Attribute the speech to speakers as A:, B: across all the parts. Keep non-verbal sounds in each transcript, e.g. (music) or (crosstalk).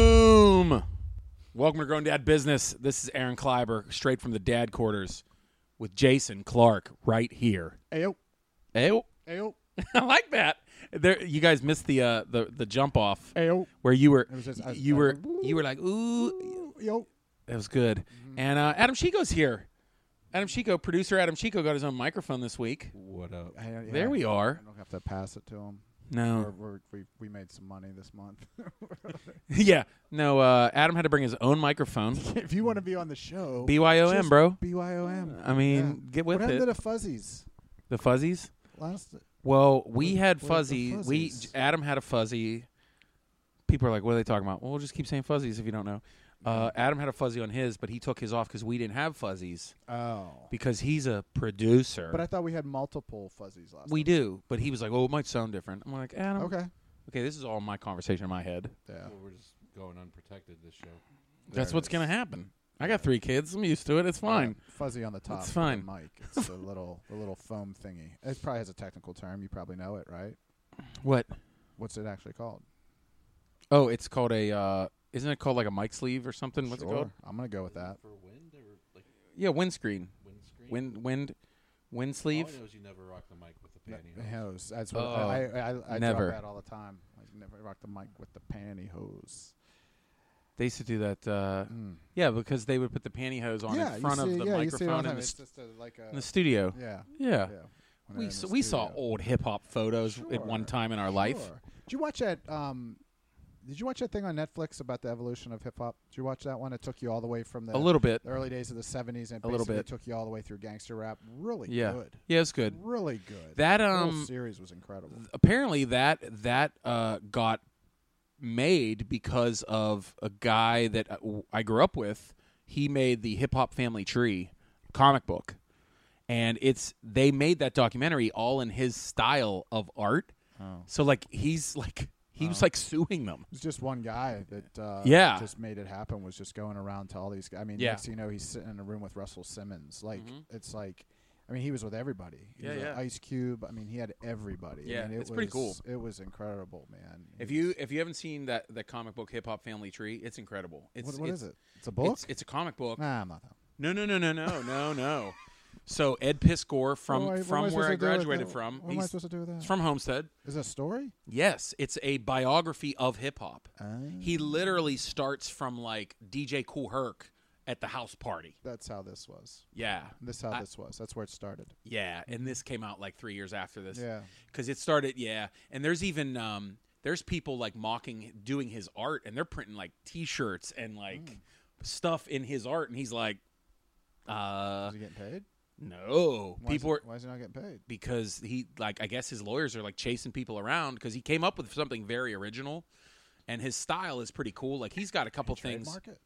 A: Boom! Welcome to Grown Dad Business. This is Aaron Kleiber, straight from the dad quarters, with Jason Clark right here.
B: Ayo,
A: Hey,
B: ayo,
A: (laughs) I like that. There, you guys missed the uh, the the jump off
B: ayo,
A: where you were
B: was just- I-
A: you
B: I-
A: were you were like ooh
B: yo.
A: That was good.
B: Mm-hmm.
A: And uh, Adam Chico's here. Adam Chico, producer Adam Chico, got his own microphone this week.
C: What up?
B: I, yeah,
A: There we
B: I
A: are.
B: don't have to pass it to him. We're,
A: No,
B: we're, we we made some money this month.
A: (laughs) yeah, no. Uh, Adam had to bring his own microphone.
B: (laughs) if you want to be on the show,
A: BYOM,
B: just
A: bro.
B: BYOM.
A: I mean, get
B: What
A: with
B: happened to
A: it.
B: the fuzzies?
A: The fuzzies.
B: Last
A: Well, we
B: What-
A: had
B: what are the
A: fuzzy. We
B: fuzzies?
A: Adam had a fuzzy. People are like, "What are they talking about?" Well, we'll just keep saying fuzzies if you don't know. Uh,
B: Mm-hmm.
A: Adam had a fuzzy on his, but he took his off because we didn't have fuzzies
B: oh,
A: because he's a producer.
B: but I thought we had multiple fuzzies last.
A: we
B: time.
A: do, but he was like, "Oh, it might sound different." I'm like, Adam,
B: Okay.
A: Okay, this is all my conversation in my head.
B: Yeah.
C: Well, we're just going unprotected this show.
A: That's
B: it
A: what's
B: is.
A: going to happen. I got three kids. I'm used to it. It's fine.
B: Yeah, Fuzzy on the top.
A: It's
B: of
A: fine. (laughs)
B: The mic. It's the little the little foam thingy. It probably has a technical term. You probably know it, right?
A: What?
B: What's it actually called?
A: Oh, it's called a. Uh, isn't it called like a mic sleeve or something? What's
B: sure.
A: it called?
B: I'm gonna go with that.
C: For wind or like
A: Yeah, windscreen,
C: windscreen?
A: wind, wind, wind
C: All I
A: sleeve.
C: know is you never rock the mic with the pantyhose.
B: Pantyhose. That's what
A: Oh,
B: I, I, I, I
A: never.
B: drop that all the time. I never rock the mic with the pantyhose.
A: They used to do that. Uh, yeah, because they would put the pantyhose on
B: Hmm. yeah,
A: in front
B: you see,
A: of the
B: yeah, you see
A: microphone
B: it all the
A: in
B: time.
A: the,
B: It's
A: st-
B: just a, like a
A: in the studio.
B: yeah,
A: Yeah,
B: yeah. When
A: we
B: they're in
A: s-
B: the
A: we saw
B: studio.
A: old hip hop photos at one
B: Sure.
A: time in our life.
B: Sure. Did you watch that? Um, did you watch that thing on Netflix about the evolution of hip hop? Did you watch that one? It took you all the way from
A: A
B: the
A: little bit.
B: the early days of the '70s and
A: A little
B: basically
A: bit.
B: took you all the way through gangster rap. Really
A: Yeah.
B: good,
A: Yeah, it's good.
B: really good.
A: That
B: The whole
A: um,
B: series was incredible.
A: apparently that that uh, got made because of a guy that uh, I grew up with. He made the Hip Hop Family Tree comic book, and it's they made that documentary all in his style of art.
B: Oh.
A: So like he's like he was like suing them.
B: It was just one guy that uh,
A: Yeah.
B: just made it happen. Was just going around to all these. guys. I mean,
A: Yeah. Mm-hmm.
B: next thing you know, he's sitting in a room with Russell Simmons. Like it's like, I mean, he was with everybody. He
A: Yeah,
B: was with
A: yeah.
B: Ice Cube. I mean, he had everybody. I
A: Yeah,
B: mean, it
A: it's pretty
B: was- It was incredible, man.
A: If you if you haven't seen that that comic book Hip Hop Family Tree, it's incredible. It's,
B: what, what
A: it's,
B: is it? It's a book.
A: It's, it's a comic book.
B: nah, I'm not. That.
A: No, no, no, no, no, no, no. So Ed Piscor from
B: What am I- what am
A: from
B: I
A: where I
B: supposed to do with
A: graduated
B: that?
A: from.
B: What am I
A: he's-
B: supposed to do with that?
A: It's from Homestead.
B: Is it a story?
A: Yes, it's a biography of hip hop.
B: Oh.
A: He literally starts from like DJ Cool Herc at the house party.
B: That's how this was.
A: Yeah,
B: This how
A: I-
B: this was. That's where it started.
A: yeah, and this came out like three years after this.
B: Yeah.
A: because it started. Yeah, and there's even um, there's people like mocking doing his art, and they're printing like T-shirts and like
B: Mm.
A: stuff in his art, and he's like, uh,
B: Is he getting paid?
A: no,
B: Why is
A: people
B: he-
A: are
B: Why is he not getting paid?
A: because he like I guess his lawyers are like chasing people around because he came up with something very original, and his style is pretty cool. Like he's got a couple things.
B: Trademark it?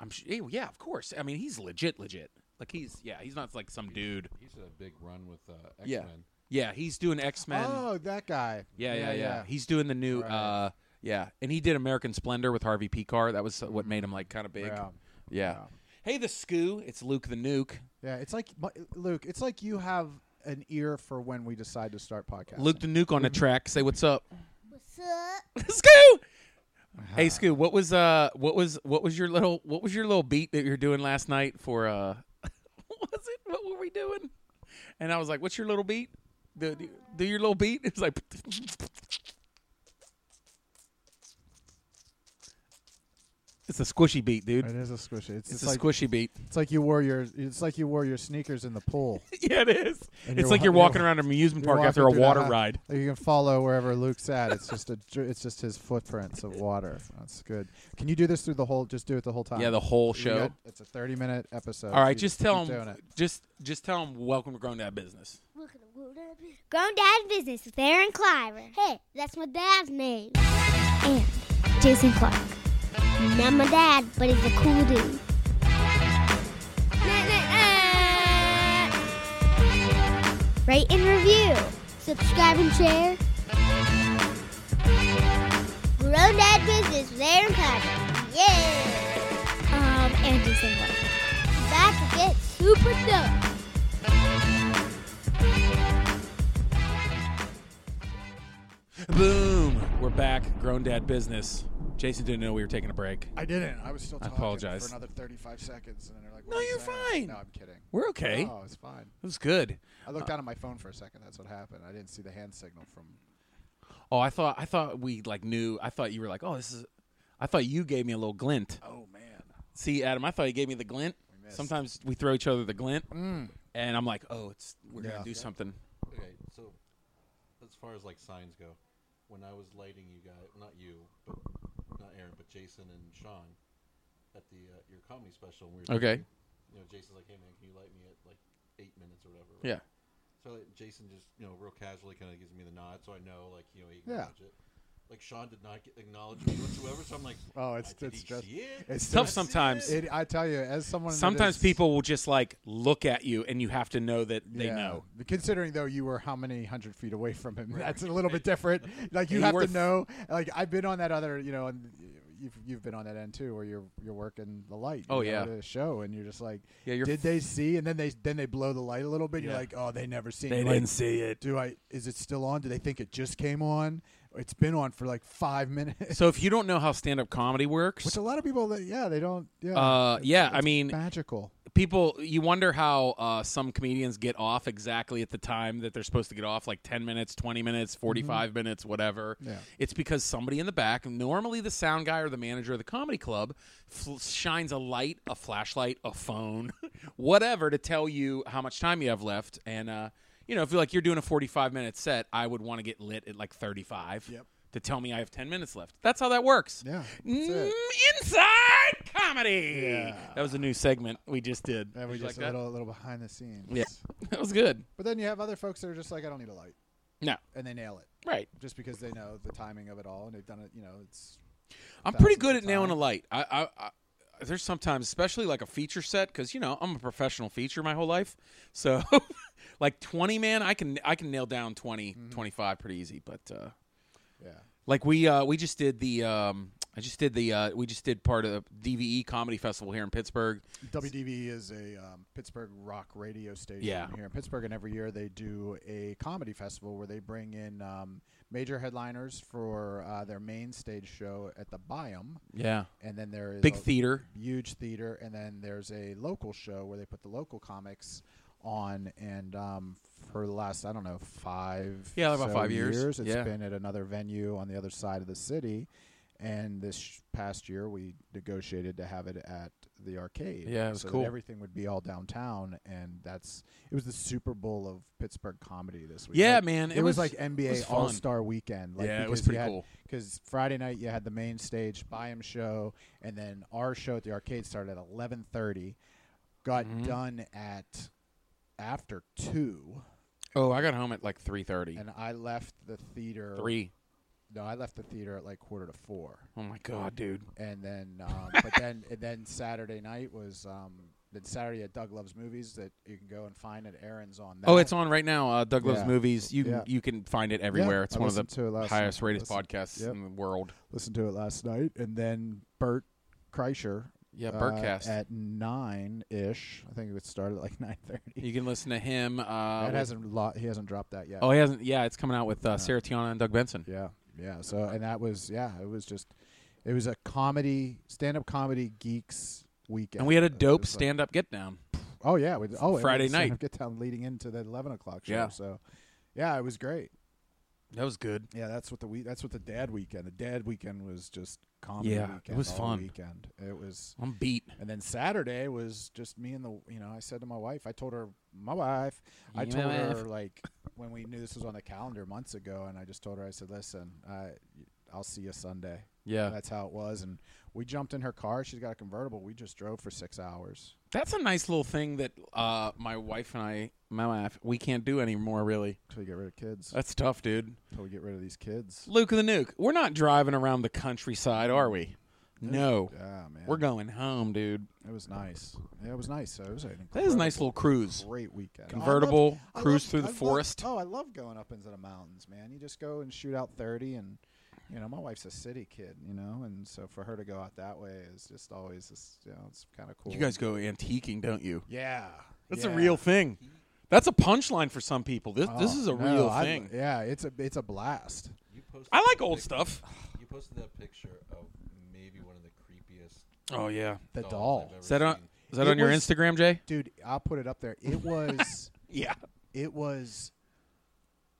A: I'm su- eh, yeah, of course. I mean, he's legit, legit. Like he's yeah, he's not like some dude.
C: He's had a big run with uh, X Men.
A: Yeah. Yeah, he's doing X Men.
B: Oh, that guy.
A: yeah, yeah, yeah, He's doing the new.
B: Right.
A: uh Yeah, and he did American Splendor with Harvey Picar. That was what made him like kind of big. Yeah.
B: Yeah. Yeah.
A: Hey, the Scoo. It's Luke the Nuke.
B: Yeah, it's like mu- Luke. It's like you have an ear for when we decide to start podcasting.
A: Luke the Nuke on the track. Say what's up. (laughs)
D: What's up?
A: Scoo. Hey Scoo, what was uh what was what was your little what was your little beat that you were doing last night for uh (laughs) what was it what were we doing? And I was like, "What's your little beat? Do, do, do your little beat?" It's like It's a squishy beat, dude.
B: it is a squishy. It's,
A: It's,
B: it's
A: a
B: like
A: squishy beat.
B: it's like you wore your it's like you wore your sneakers in the pool.
A: (laughs) yeah, it is.
B: And
A: It's like
B: you're wa-
A: you're
B: you're
A: walking
B: wa-
A: around an amusement
B: You're
A: park
B: walking
A: after a
B: through the
A: water
B: hou-
A: ride.
B: You can follow wherever Luke's at. It's just a dr- it's just his footprints of water. That's good. Can you do this through the whole? Just do it the whole time.
A: Yeah, the whole
B: We
A: show.
B: got- it's a thirty minute episode.
A: All right,
B: Keep-
A: just tell
B: keep doing
A: him
B: it.
A: just just tell him welcome to Grown Dad Business.
D: Grown Dad Business with Aaron Cliver. Hey, that's my dad's name. And Jason Clark. Not my dad, but he's a cool dude. Rate and review. Subscribe and share. Grown Dad Business with Aaron Cliver. Yeah. Um, and Jason Clark. About to get super dope.
A: Boom! We're back, Grown Dad Business. Jason didn't know we were taking a break.
E: I didn't. I was still
A: I
E: talking
A: apologize.
E: for another 35 seconds, and then they're like,
A: No,
E: "What is
A: you're
E: that?"
A: fine.
E: No, I'm kidding.
A: We're okay.
E: Oh, it's fine.
A: It was good.
E: I looked down at my phone for a second. That's what happened. I didn't see the hand signal from.
A: Oh, I thought I thought we like knew. I thought you were like, oh, this is. I thought you gave me a little glint.
E: Oh man.
A: See, Adam, I thought you gave me the glint.
E: missed.
A: Sometimes we throw each other the glint, and I'm like, oh, it's we're
E: Yeah.
A: gonna do something.
C: Okay, so as far as like signs go, when I was lighting you guys, not you, but not Aaron, but Jason and Sean at the uh, your comedy special, we were
A: Okay.
C: talking, You know, Jason's like, "Hey man, can you light me at like eight minutes or whatever?" right?
A: Yeah.
C: So like, Jason just you know real casually kind of gives me the nod, so I know like you know he
B: Yeah.
C: acknowledged it. Like Sean did not get, acknowledge me whatsoever, so I'm like,
B: Oh, it's-
C: "Uh, did
B: it's
C: he
B: just-
C: see it?
B: it's
C: Did I
A: tough
C: see
A: sometimes.
C: it?"
B: It, I tell you, as someone, that
A: Sometimes
B: is-
A: people will just like look at you, and you have to know that they
B: Yeah.
A: know.
B: Considering though you were how many hundred feet away from him, (laughs) that's a little bit different. Like you
A: You
B: have
A: were
B: to
A: th-
B: know. Like I've been on that other, you know, and you've you've been on that end too, where you're you're working the light. you
A: Oh,
B: know,
A: yeah.
B: at a show, and you're just like,
A: Yeah, you're
B: did
A: f-
B: they see? And then they then they blow the light a little bit. and You're
A: Yeah.
B: like, oh, they never seen.
A: They
B: it. Like,
A: didn't see it.
B: Do I? Is it still on? Do they think it just came on? It's been on for like five minutes.
A: So if you don't know how stand-up comedy
B: Which
A: works,
B: a lot of people, that, yeah, they don't. Yeah,
A: uh,
B: It's-
A: yeah, I
B: it's
A: mean,
B: magical.
A: people you wonder how uh, some comedians get off exactly at the time that they're supposed to get off like 10 minutes 20 minutes 45 minutes whatever
B: Mm-hmm. Yeah.
A: it's because somebody in the back normally the sound guy or the manager of the comedy club fl- shines a light a flashlight a phone (laughs) whatever to tell you how much time you have left and uh, you know if you're like you're doing a 45 minute set i would want to get lit at like 35
B: Yep.
A: to tell me i have 10 minutes left that's how that works
B: Yeah, that's
A: Mm,
B: it.
A: inside comedy
B: Yeah.
A: that was a new segment we just did
B: Yeah, we
A: Did you
B: just
A: like
B: a
A: that?
B: little, a little behind the scenes.
A: Yeah. That was good.
B: But then you have other folks that are just like, I don't need a light,
A: No,
B: and they nail it
A: right.
B: just because they know the timing of it all, and they've done it. You know, it's
A: I'm pretty
B: Thousands
A: good
B: of
A: at nailing a
B: times.
A: light. I, I, I there's sometimes, especially like a feature set, because you know I'm a professional feature my whole life. So, (laughs) like 20 man, I can I can nail down 20,
B: Mm-hmm.
A: 25 pretty easy. But uh,
B: yeah,
A: like we uh, we just did the um, I just did the uh, we just did part of the DVE Comedy Festival here in Pittsburgh.
B: WDV is a um, Pittsburgh rock radio station
A: Yeah.
B: here in Pittsburgh, and every year they do a comedy festival where they bring in um, major headliners for uh, their main stage show at the Biome,
A: Yeah,
B: and then there is
A: big
B: a
A: theater.
B: huge theater, and then there's a local show where they put the local comics on, and um, for the last I don't know five
A: Yeah, about
B: so
A: five years.
B: years it's
A: Yeah.
B: been at another venue on the other side of the city, and this sh- past year we negotiated to have it at the arcade.
A: Yeah, it was
B: so that
A: cool.
B: everything would be all downtown, and that's it was the Super Bowl of Pittsburgh comedy this week.
A: Yeah,
B: Like,
A: man,
B: It, was, like NBA
A: was fun.
B: All Star Weekend. Like,
A: Yeah, it was
B: because you
A: pretty
B: had-
A: cool.
B: because Friday night you had the main stage Byam show, and then our show at the arcade started at eleven thirty, got
A: Mm-hmm.
B: done at after two,
A: Oh, I got home at like 3:30.
B: and I left the theater.
A: Three.
B: No, I left the theater at like quarter to four,
A: Oh my god, dude.
B: and then um, (laughs) but then and then Saturday night was um, then Saturday at Doug Loves Movies that you can go and find at Aaron's on. That.
A: Oh, it's on right now. Uh, Doug Loves
B: Yeah.
A: Movies. You can
B: Yeah.
A: you can find it everywhere. it's
B: I
A: one of the
B: listened to it last
A: highest
B: night.
A: rated
B: Listened-
A: podcasts
B: yep.
A: in the world.
B: Listened to it last night, and then Bert Kreischer
A: Yeah,
B: uh,
A: Birdcast.
B: at nine ish. I think it started at like (laughs) nine thirty.
A: you can listen to him. Uh,
B: That
A: with-
B: hasn't lo- he hasn't dropped that yet.
A: oh, he hasn't. Yeah, it's coming out with uh, Sarah Tiana and Doug Benson.
B: yeah, yeah. So and that was yeah, it was just it was a comedy stand up comedy geeks weekend,
A: And we had a
B: It was
A: dope
B: just like-
A: stand up get down.
B: oh yeah, we, oh it was
A: Friday
B: a stand-up
A: night.
B: get down leading into the eleven o'clock show.
A: Yeah.
B: So yeah, it was great.
A: That was good.
B: Yeah, that's what the we that's what the dad weekend. The dad weekend was just comedy.
A: Yeah, it
B: weekend
A: was
B: all
A: fun.
B: Weekend. It was
A: I'm beat.
B: And then Saturday was just me and the, you know, I said to my wife, I told her, my wife, I
A: Yeah,
B: told
A: my
B: her,
A: wife.
B: like, when we knew this was on the calendar months ago, and I just told her, I said, listen, I, I'll see you Sunday.
A: Yeah,
B: That's how it was. And we jumped in her car. She's got a convertible. We just drove for six hours.
A: that's a nice little thing that uh, my wife and I, my wife, we can't do anymore. Really,
B: Until we get rid of kids.
A: that's tough, dude.
B: Until we get rid of these kids.
A: Luke of the Nuke. We're not driving around the countryside, are we? No,
B: Yeah, man.
A: we're going home, dude.
B: it was nice. Yeah, it was nice. It was an
A: That is a nice little cruise.
B: great weekend.
A: Convertible,
B: I
A: cruise
B: love-
A: through the
B: I love-
A: forest.
B: oh, I love going up into the mountains, man. You just go and shoot out 30 and you know, my wife's a city kid, you know, and so for her to go out that way is just always this, you know, it's kind of cool.
A: You guys go antiqueing, don't you?
B: Yeah.
A: That's a
B: yeah.
A: real thing. That's a punchline for some people. This this
B: Oh,
A: is a
B: no,
A: real
B: I-
A: thing.
B: yeah, it's a it's a blast.
C: You posted
A: I like
C: that
A: old
C: pic-
A: stuff.
C: You posted that picture of biggest
A: Oh yeah.
B: The
C: dolls
B: doll.
C: I've ever
A: Is that on?
C: seen. (laughs)
A: Is that
B: It
A: on your
B: was-
A: Instagram, Jay?
B: Dude, I'll put it up there. It
A: (laughs)
B: was
A: Yeah.
B: it was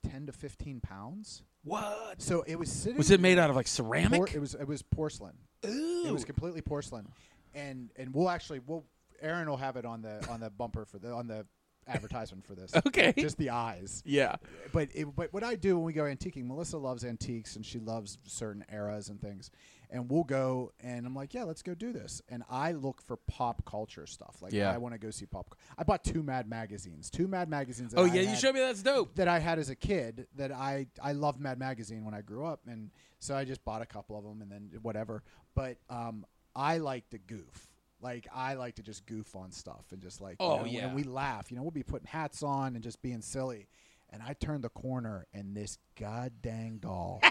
B: ten to fifteen pounds.
A: What?
B: So it was sitting
A: Was it made out of like ceramic?
B: Por- it was it was porcelain. It was completely porcelain, and and we'll actually we'll Aaron will have it on the on the bumper for the on the advertisement for this.
A: (laughs) Okay.
B: just the eyes.
A: yeah.
B: But it, but what I do when we go antiquing, Melissa loves antiques and she loves certain eras and things, and we'll go and I'm like, yeah, let's go do this. And I look for pop culture stuff. Like
A: Yeah.
B: I want to go see pop. I bought two Mad magazines, two Mad magazines. That
A: Oh
B: I
A: yeah, you
B: had-
A: showed me that's dope.
B: that I had as a kid that I I loved Mad Magazine when I grew up, and so I just bought a couple of them and then whatever. But um, I like to goof. Like I like to just goof on stuff and just like you
A: Oh,
B: know,
A: yeah.
B: and we laugh. You know, we'll be putting hats on and just being silly. And I turned the corner, and this goddamn
A: (laughs)
B: doll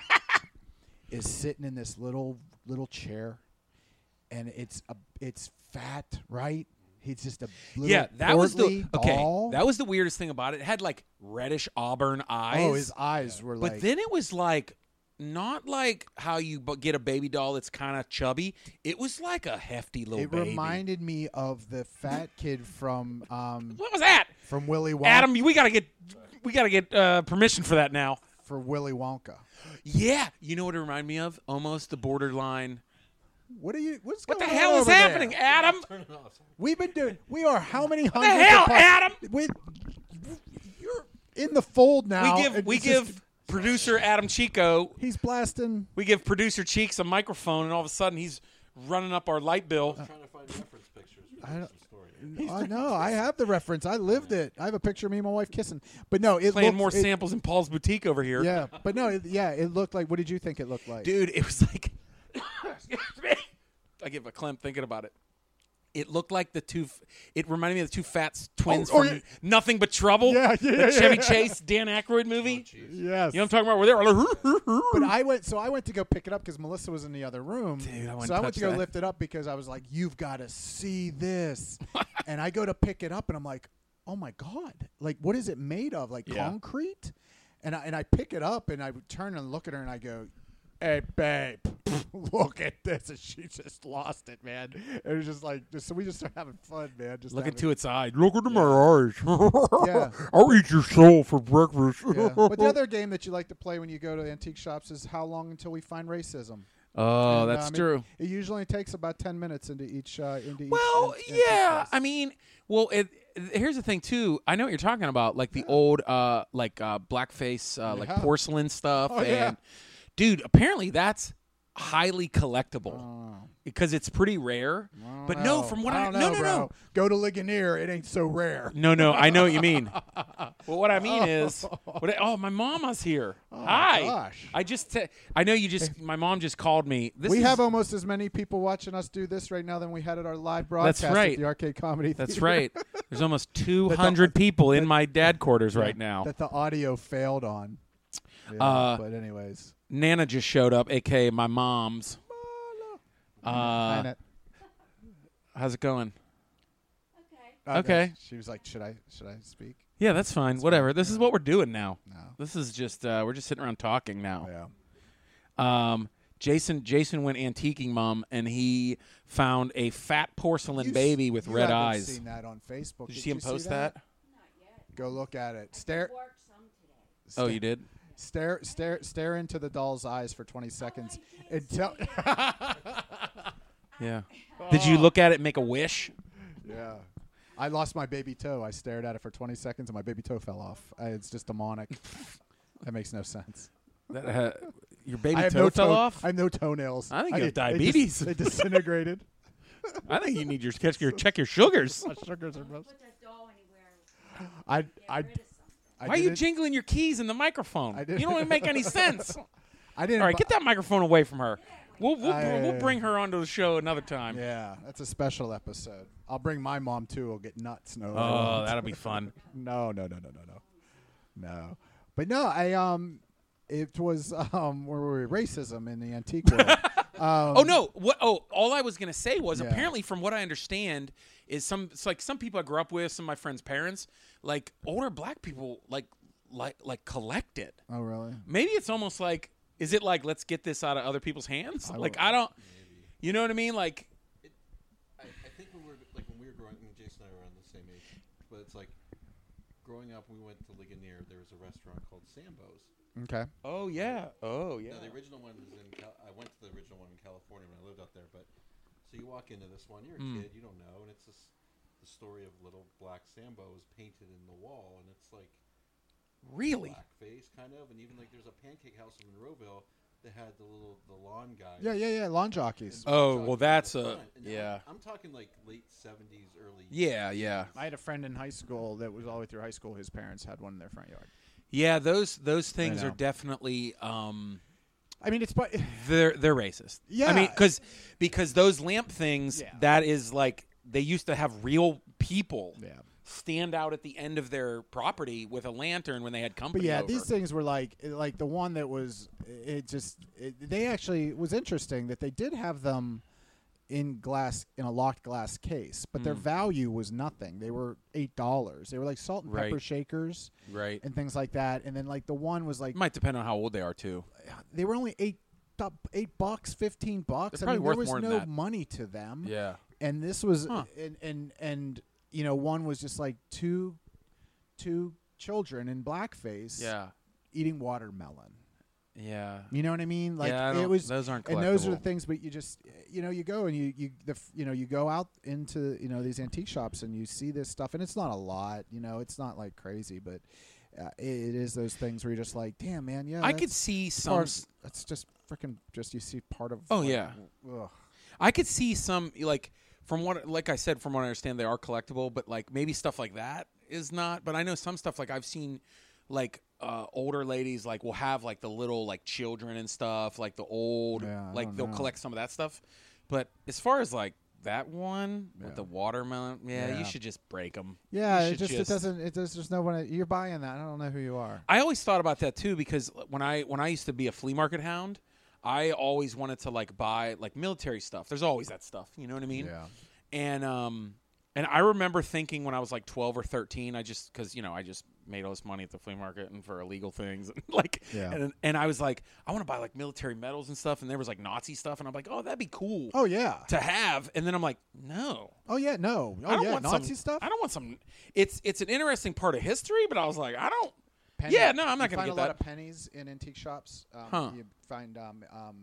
B: is sitting in this little little chair, and it's a it's fat, right? He's just a little
A: Yeah, that was the
B: portly
A: okay.
B: doll.
A: That was the weirdest thing about it. It had like reddish auburn eyes.
B: oh, his eyes were
A: but
B: like
A: then it was like not like how you bu- get a baby doll that's kind of chubby. It was like a hefty little
B: It
A: baby.
B: reminded me of the fat kid from
A: (laughs)
B: um
A: what was that?
B: from Willy Wonka
A: Adam, we gotta get we gotta get uh, permission for that now.
B: for Willy Wonka.
A: Yeah, you know what it reminded me of? Almost the borderline.
B: What are you? What's
A: What the
B: going
A: hell
B: on
A: is
B: over there?
A: happening, Adam?
C: Turn it off. Sorry.
B: We've been doing. We are how many
A: the
B: hundreds?
A: hell,
B: of pod-
A: Adam?
B: With you're in the fold now.
A: We give
B: and
A: we
B: it's just-
A: give producer Adam Chico (laughs)
B: He's blasting.
A: we give producer Cheeks a microphone, and all of a sudden he's running up our light bill.
C: I'm trying to find reference pictures for
B: I don't- (laughs)
C: some story.
B: I know. I have the reference. I lived it. I have a picture of me and my wife kissing. But no, it
A: playing
B: looked,
A: more
B: it-
A: samples in Paul's boutique over here.
B: Yeah, but no, it, yeah, it looked like. What did you think it looked like?
A: Dude, it was like (coughs) excuse me. I give a clamp thinking about it. It looked like the two. f- It reminded me of the two fat twins
B: Oh, oh,
A: from
B: yeah.
A: Nothing But Trouble,
B: Yeah, yeah,
A: the
B: yeah,
A: Chevy
B: yeah.
A: Chase, Dan Aykroyd movie. you
B: Yes.
A: know what I'm talking about? Where they were like, (laughs)
B: But I went, so I went to go pick it up because Melissa was in the other room.
A: Dude, I wouldn't
B: so I went
A: touch
B: to go
A: that.
B: lift it up because I was like, "You've got to
A: (laughs)
B: see this," and I go to pick it up, and I'm like, "Oh my god! Like, what is it made of? Like
A: Yeah.
B: concrete?" And I and I pick it up, and I turn and look at her, and I go, "Hey, babe, (laughs) look at this!" And she just lost it, man. It was just like, just, so we just started having fun, man. Just
A: look
B: having-
A: into its eye. Look into my eyes. (laughs)
B: Yeah.
A: I'll eat your soul for breakfast. (laughs) Oh,
B: Yeah. But the other game that you like to play when you go to antique shops is how long until we find racism.
A: oh,
B: And,
A: that's
B: um, it-
A: true.
B: It, usually takes about ten minutes into each. Uh, into
A: Well,
B: each, in- into
A: yeah.
B: each
A: I mean, well, it, here's the thing too. I know what you're talking about, like the old, uh, like uh, blackface, uh, like
B: Yeah.
A: porcelain stuff,
B: Oh,
A: and
B: yeah.
A: dude, apparently that's highly collectible
B: Oh,
A: because it's pretty rare.
B: I don't
A: But no,
B: know.
A: from what
B: I
A: I,
B: don't
A: no
B: know,
A: no
B: bro. go to Ligonier. It ain't so rare.
A: no no no, I know what you
B: (laughs)
A: mean. well, what I
B: Oh.
A: mean is, what I- oh, my mama's here. Hi.
B: gosh.
A: I just, te- I know you just. My mom just called me. This
B: we
A: is,
B: have almost as many people watching us do this right now than we had at our live broadcast
A: right.
B: at the arcade comedy.
A: That's
B: (laughs) Theater
A: right. There's almost 200 people in my dad quarters right now.
B: That the audio failed on. Yeah,
A: Uh,
B: but anyways,
A: Nana just showed up, aka my mom's.
B: Hi,
A: Uh,
B: Nat.
A: how's it going?
B: Uh,
A: okay.
B: She was like, "Should I? Should I speak?"
A: Yeah, that's fine. Whatever. This is what we're doing now.
B: No.
A: This is just uh, we're just sitting around talking now.
B: Yeah.
A: Um, Jason Jason went antiquing, mom, and he found a fat porcelain
B: You s-
A: baby with
B: you
A: red
B: haven't
A: eyes.
B: Seen that on Facebook?
A: Did you
B: Did
A: see him post that?
B: Go look at it. Stare.
A: Oh, you did.
B: Stare, stare, stare into the doll's eyes for 20 seconds. and tell, (laughs)
A: Yeah.
B: Oh.
A: Did you look at it, and make a wish?
B: yeah. I lost my baby toe. I stared at it for 20 seconds, and my baby toe fell off. I, it's just
A: (laughs)
B: demonic. that makes no sense.
A: That, uh, your baby
B: I have
A: toe
B: no
A: fell
B: toe-
A: off.
B: I
A: I,
B: have no toenails.
A: I think you have
B: they dis-
A: diabetes.
B: (laughs) They, disintegrated.
A: think you need
B: (laughs)
A: your check your check your sugars.
B: my sugars are most.
F: put that doll anywhere.
B: I, I,
F: Get rid of something.
B: (laughs) I
A: Why are you
B: didn't-
A: jingling your keys in the microphone?
B: I
A: You
B: didn't-
A: don't even make any
B: (laughs)
A: sense.
B: I didn't.
A: All right,
B: bu-
A: get that microphone away from her. We'll we'll,
B: I- uh,
A: we'll bring her onto the show another time.
B: Yeah, that's a special episode. I'll bring my mom too. We'll get nuts. No.
A: Oh, that'll be fun.
B: Um, No, no, no, no, no, no, no. But no, I um, it was (laughs) um, where were we? Racism in the antique world.
E: (laughs)
B: um,
A: Oh no! What? Oh, all I was gonna say was
B: Yeah.
A: apparently, from what I understand, is some it's like some people I grew up with, some of my friends' parents, like older black people, like like like collect it.
B: Oh really?
A: Maybe it's almost like, is it like let's get this out of other people's hands? like
B: will-
A: I don't, you know what I mean? Like
C: Jason and I were around the same age, but it's like growing up, we went to Ligonier. There was a restaurant called Sambo's.
B: Okay.
F: Oh yeah. Oh yeah.
C: Now the original one was in. Cal- I went to the original one in California when I lived out there. But so you walk into this one, you're a
F: Hmm.
A: Mm.
C: kid, you don't know, and it's this the story of little black Sambo is painted in the wall, and it's like
F: Really?
C: blackface kind of, and even like there's a pancake house in Monroeville that had the little the lawn guy.
B: Yeah, yeah, yeah. Lawn jockeys.
C: and
F: Oh,
C: jockey on
F: well,
C: the
F: that's a-
C: front, and I'm-
F: yeah.
C: I'm talking like late '70s, early.
F: Yeah, yeah,
E: I had a friend in high school that was all the way through high school. His parents had one in their front yard.
A: Yeah, those those things are
E: know.
A: definitely um,
E: I mean, it's
B: (sighs)
E: but
A: they're they're racist. I mean,
E: Yeah.
A: because because those lamp things
E: Yeah.
A: that is like they used to have real people
E: yeah.
A: stand out at the end of their property with a lantern when they had company.
B: But yeah,
A: over.
B: these things were like eh, like the one that was eh, it just it, they actually it was interesting that they did have them in glass in a locked glass case, but
E: Hmm.
B: their
A: Mm.
B: value was nothing. They were eight dollars. They were like salt and pepper
A: Right.
B: shakers
A: right.
B: and things like that. And then like the one was like
A: It might depend on how old they are too.
B: they were only eight du- eight bucks, fifteen bucks.
A: They're
B: I
A: probably
B: mean,
A: worth
B: there was
A: more than
B: no
A: that.
B: money to them.
A: Yeah.
B: and this was
A: Huh.
B: and and and you know one was just like two two children in blackface
A: Yeah.
B: eating watermelon
A: Yeah.
B: you know what i mean like
A: yeah, I
B: it
A: don't-
B: was
A: those aren't
B: and those are the
A: collectible.
B: things but you just you know you go and you you the f- you know you go out into you know these antique shops and you see this stuff and it's not a lot you know it's not like crazy but uh, it, it is those things where you're just like damn man yeah
A: I could
B: that's
A: see some.
B: part, that's just freaking just you see part of
A: Oh,
B: like,
A: yeah.
B: ugh.
A: I could see some like from what like I said from what I understand they are collectible, but like maybe stuff like that is not. But I know some stuff like I've seen like uh, older ladies like will have like the little like children and stuff like the old
B: Yeah, I
A: like
B: don't
A: they'll
B: know.
A: collect some of that stuff. But as far as like that one with the watermelon, yeah,
B: Yeah.
A: you should just break them.
B: yeah
A: You
B: it
A: should
B: just, it
A: just-
B: doesn't it does there's no one you're buying that i don't know who you are
A: I always thought about that too because when I when I used to be a flea market hound, I always wanted to like buy like military stuff. There's always that stuff, you know what I mean?
B: Yeah.
A: And um and I remember thinking when I was like 12 or 13, I just cuz you know, I just made all this money at the flea market and for illegal things (laughs) and like
B: Yeah.
A: and and I was like I want to buy like military medals and stuff and there was like Nazi stuff and I'm like, "Oh, that'd be cool."
B: Oh yeah.
A: To have, and then I'm like, no,
B: Oh yeah. No. Oh
A: I don't
B: yeah.
A: want
B: Nazi
A: some,
B: stuff.
A: I don't want some. It's it's an interesting part of history, but I was like, I don't.
B: Penny-
A: yeah, no, I'm not
B: you
A: gonna
B: find
A: get
B: a lot
A: that.
B: of pennies in antique shops. Um,
A: Huh.
B: You find um, um,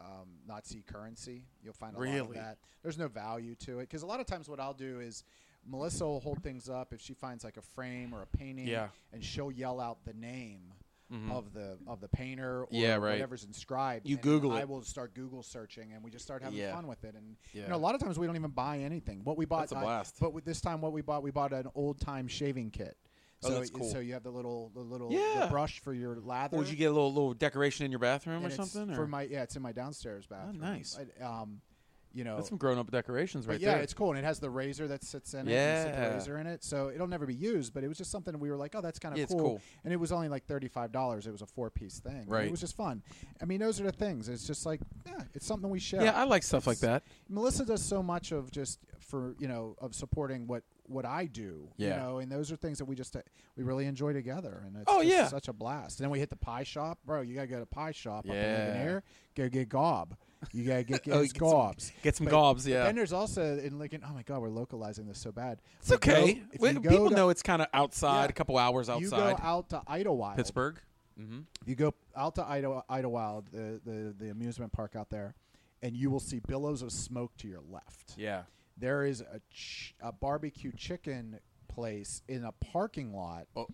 B: um, Nazi currency. You'll find a lot of
A: Really?
B: that. There's no value to it because a lot of times what I'll do is Melissa will hold things up if she finds like a frame or a painting,
A: Yeah.
B: and she'll yell out the name.
A: Mm-hmm.
B: Of the of the painter or
A: Mm. Yeah, right.
B: whatever's inscribed.
A: You
B: and
A: Google
B: I
A: it.
B: will start Google searching, and we just start having
A: Yeah.
B: fun with it. And you
A: Yeah.
B: know, a lot of times we don't even buy anything. What we bought,
A: That's a
B: I-
A: blast.
B: but with this time, what we bought, we bought an old time shaving kit.
A: Oh,
B: So
A: that's
B: it-
A: cool.
B: So you have the little the little the
A: Yeah.
B: brush for your lather.
A: Or did you get a little little decoration in your bathroom
B: and
A: or
B: it's
A: something?
B: for
A: or- Oh,
B: my yeah? It's in my downstairs bathroom.
A: nice.
B: I- um, you know.
A: That's some grown up decorations
B: but
A: right
B: yeah,
A: there.
B: it's cool, and it has the razor that sits in it. and you stick the
A: Yeah.
B: razor in it, so it'll never be used. But it was just something we were like, oh, that's kind of
A: Yeah, it's cool.
B: and it was only like thirty five dollars. It was a four piece thing. and
A: Right.
B: it was just fun. I mean, those are the things. It's just like, yeah, it's something we share.
A: yeah, I like stuff like that.
B: Melissa does so much of just for you know of supporting what what I do. You
A: Yeah.
B: know, and those are things that we just uh, we really enjoy together, and it's
A: Oh,
B: just
A: yeah.
B: such a blast. And then we hit the pie shop, bro. You gotta go to pie shop up in
A: Yeah.
B: Ligonier. Go get gob. You gotta get,
A: (laughs)
B: get
A: Oh,
B: his
A: get some-
B: gobs.
A: Get some
B: But-
A: gobs,
B: But
A: yeah.
B: Then there's also in Lincoln. Oh my God, we're localizing this so bad.
A: It's okay. Well, people know it's kind of outside,
B: Yeah.
A: a couple hours
B: You go
A: outside
B: out to Idlewild,
A: Pittsburgh. Mm-hmm.
B: you go out to Idle, Idlewild, the, the the amusement park out there, and you will see billows of smoke to your left
A: Yeah.
B: there is a, ch- a barbecue chicken place in a parking lot
A: Oh.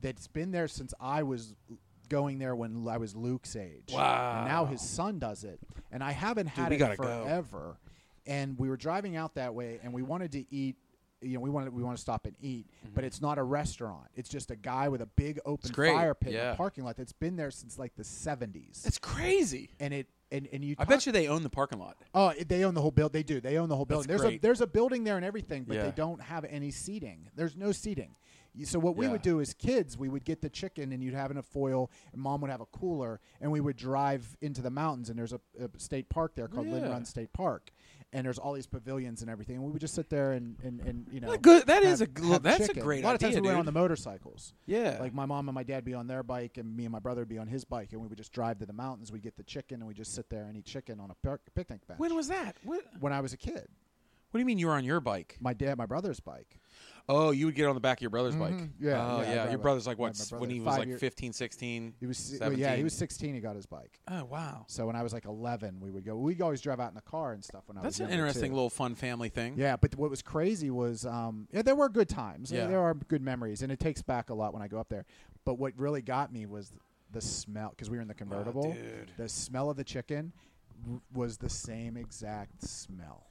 B: that's been there since I was going there when I was Luke's age.
A: Wow.
B: And now his son does it. And I haven't had
A: we
B: it
A: gotta go.
B: forever. And we were driving out that way and we wanted to eat you know, we wanted we want to stop and eat, but it's not a restaurant. It's just a guy with a big open
A: Mm-hmm. great.
B: fire pit in
A: Yeah.
B: a parking lot that's been there since like the seventies.
A: That's crazy.
B: And it and, and you
A: I
B: talk-
A: bet you they own the parking lot.
B: Oh, it- they own the whole build. They do. They own the whole building. There's a
A: great.
B: there's a building there and everything, but
A: Yeah.
B: they don't have any seating. There's no seating. You- So what we
A: Yeah.
B: would do as kids, we would get the chicken and you'd have it in a foil, and mom would have a cooler, and we would drive into the mountains. And there's a, a state park there called Lynn
A: Yeah.
B: Run State Park, and there's all these pavilions and everything. And we would just sit there and and, and you know.
A: Well, good- that
B: That
A: is
B: is
A: a gl- that's a great
B: A lot of times
A: idea,
B: we went on the
A: dude.
B: motorcycles.
A: Yeah.
B: Like my mom and my dad be on their bike, and me and my brother would be on his bike, and we would just drive to the mountains. We'd get the chicken, and we would just sit there and eat chicken on a pic- picnic bench
A: When was that? What?
B: when I was a kid.
A: What do you mean you were on your bike?
B: My dad, my brother's bike.
A: Oh, you would get on the back of your brother's bike.
B: Mhm. Yeah,
A: Oh,
B: yeah, I
A: yeah.
B: ride
A: Your
B: my-
A: brother's like
B: ride my
A: what? s-
B: brother.
A: When he was
B: Five
A: like
B: year-
A: fifteen, sixteen. 15, 16.
B: He was well, yeah,
A: 17.
B: he was 16. He got his bike.
A: Oh, wow.
B: So when I was like 11, we would go. We always drive out in the car and stuff. When I was
A: That's an
B: younger,
A: interesting
B: too.
A: little fun family thing.
B: Yeah, but what was crazy was, um, yeah, there were good times.
A: Yeah.
B: There are good memories, and it takes back a lot when I go up there. But what really got me was the smell, because we were in the convertible.
A: Ah, dude.
B: The smell of the chicken w- was the same exact smell.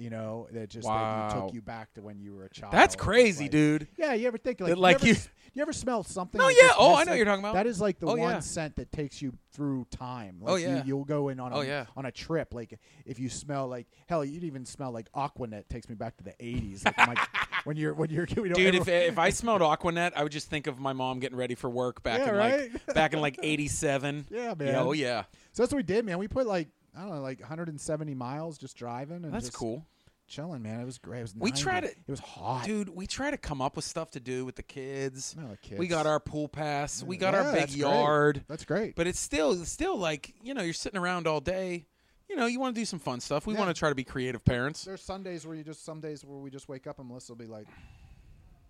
B: You know, that just that you
A: Wow.
B: took you back to when you were a child.
A: That's
B: Oh, It's
A: crazy,
B: like-
A: dude.
B: Yeah, you ever think like,
A: That, like,
B: you, ever,
A: you-
B: s- you ever smell something?
A: No,
B: like
A: yeah.
B: just
A: Oh, I know
B: missing?
A: what you're talking about.
B: That is like the
A: Oh,
B: one
A: yeah.
B: scent that takes you through time. Like
A: Oh, yeah.
B: You, you'll go in on a,
A: Oh, yeah.
B: on a trip. Like if you smell like hell, you'd even smell like Aquanet. Takes me back to the '80s. Like, my,
A: (laughs)
B: when you're when you're you know,
A: Dude, if,
B: everyone-
A: if I smelled Aquanet, I would just think of my mom getting ready for work back
B: Yeah,
A: in like
B: right?
A: back
B: (laughs)
A: in like eighty seven.
B: yeah, man.
A: Yeah, oh yeah.
B: So that's what we did, man. We put like I don't know, like 170 miles just driving and
A: That's
B: just
A: cool.
B: chilling, man. It was great. It was
A: We
B: 90.
A: tried it-
B: It was hot,
A: Dude, we try to come up with stuff to do with the kids.
B: No, the
A: We got
B: kids.
A: our pool pass. We got
B: Yeah,
A: our big
B: that's great.
A: yard.
B: That's great.
A: But it's still it's still like, you know, you're sitting around all day. You know, you want to do some fun stuff. We
B: Yeah.
A: want to try to be creative parents.
B: there's Sundays where you just some days where we just wake up and Melissa will be like,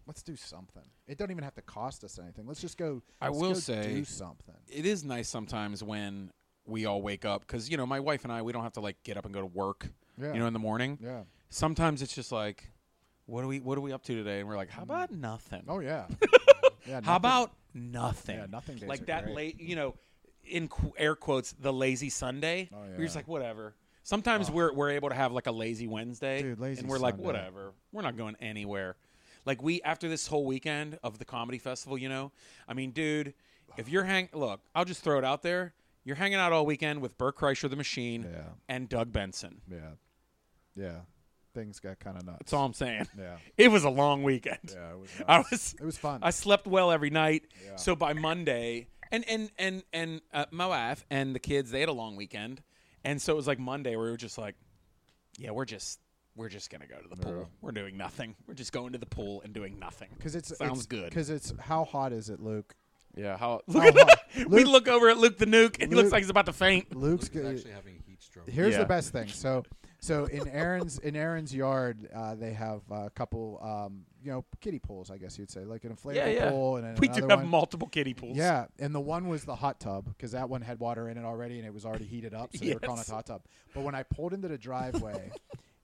B: "Let's do something." It don't even have to cost us anything. Let's just go.
A: I
B: let's
A: will
B: go
A: say-
B: do something.
A: It is nice sometimes when we all wake up cuz you know, my wife and I we don't have to like get up and go to work,
B: Yeah.
A: you know, in the morning.
B: Yeah.
A: Sometimes it's just like what are we what are we up to today? And we're
B: Mm.
A: like, "How about nothing?"
B: Oh yeah.
A: (laughs)
B: yeah.
A: How about nothing?
B: Yeah, nothing days
A: like
B: are
A: that
B: great.
A: late, you know, in qu- air quotes, the lazy Sunday.
B: Oh,
A: We're just
B: yeah. Oh.
A: like whatever. Sometimes we're we're able to have like a lazy Wednesday,
B: Dude, lazy
A: and we're like
B: Sunday.
A: whatever. We're not going anywhere. Like we after this whole weekend of the comedy festival, you know, I mean, dude, if you're hang, look, I'll just throw it out there. You're hanging out all weekend with Burke Kreischer, the Machine,
B: Yeah.
A: and Doug Benson.
B: Yeah. Yeah. Things got kind of nuts.
A: That's all I'm saying.
B: Yeah.
A: (laughs) It was a long weekend.
B: Yeah. It was.
A: I
B: nuts.
A: was
B: It was fun.
A: I slept well every night.
B: Yeah.
A: So by Monday, and and and and uh, my wife and the kids, they had a long weekend, and so it was like Monday where we were just like, yeah, we're just we're just gonna go to the pool. We're doing nothing. We're just going to the pool and doing nothing.
B: Because it's
A: sounds
B: it's,
A: good.
B: Because it's how hot is it, Luke?
A: Yeah. How
B: How
A: look at that.
B: hot?
A: (laughs) we
B: Luke-
A: look over at Luke the Nuke, and he looks
B: Luke-
A: like he's about to faint.
B: Luke's
C: Luke is
B: go-
C: actually having a heat stroke.
B: Here's
A: Yeah.
B: the best thing. So, so in Aaron's in Aaron's yard, uh, they have a couple, um, you know, kiddie pools. I guess you'd say, like an inflatable
A: Yeah, yeah.
B: pool and then
A: we do
B: another
A: have
B: one.
A: multiple kiddie pools.
B: Yeah, and the one was the hot tub because that one had water in it already and it was already heated
A: (laughs)
B: up, so they were calling it
A: Yes.
B: the hot tub. But when I pulled into
A: (laughs)
B: the driveway,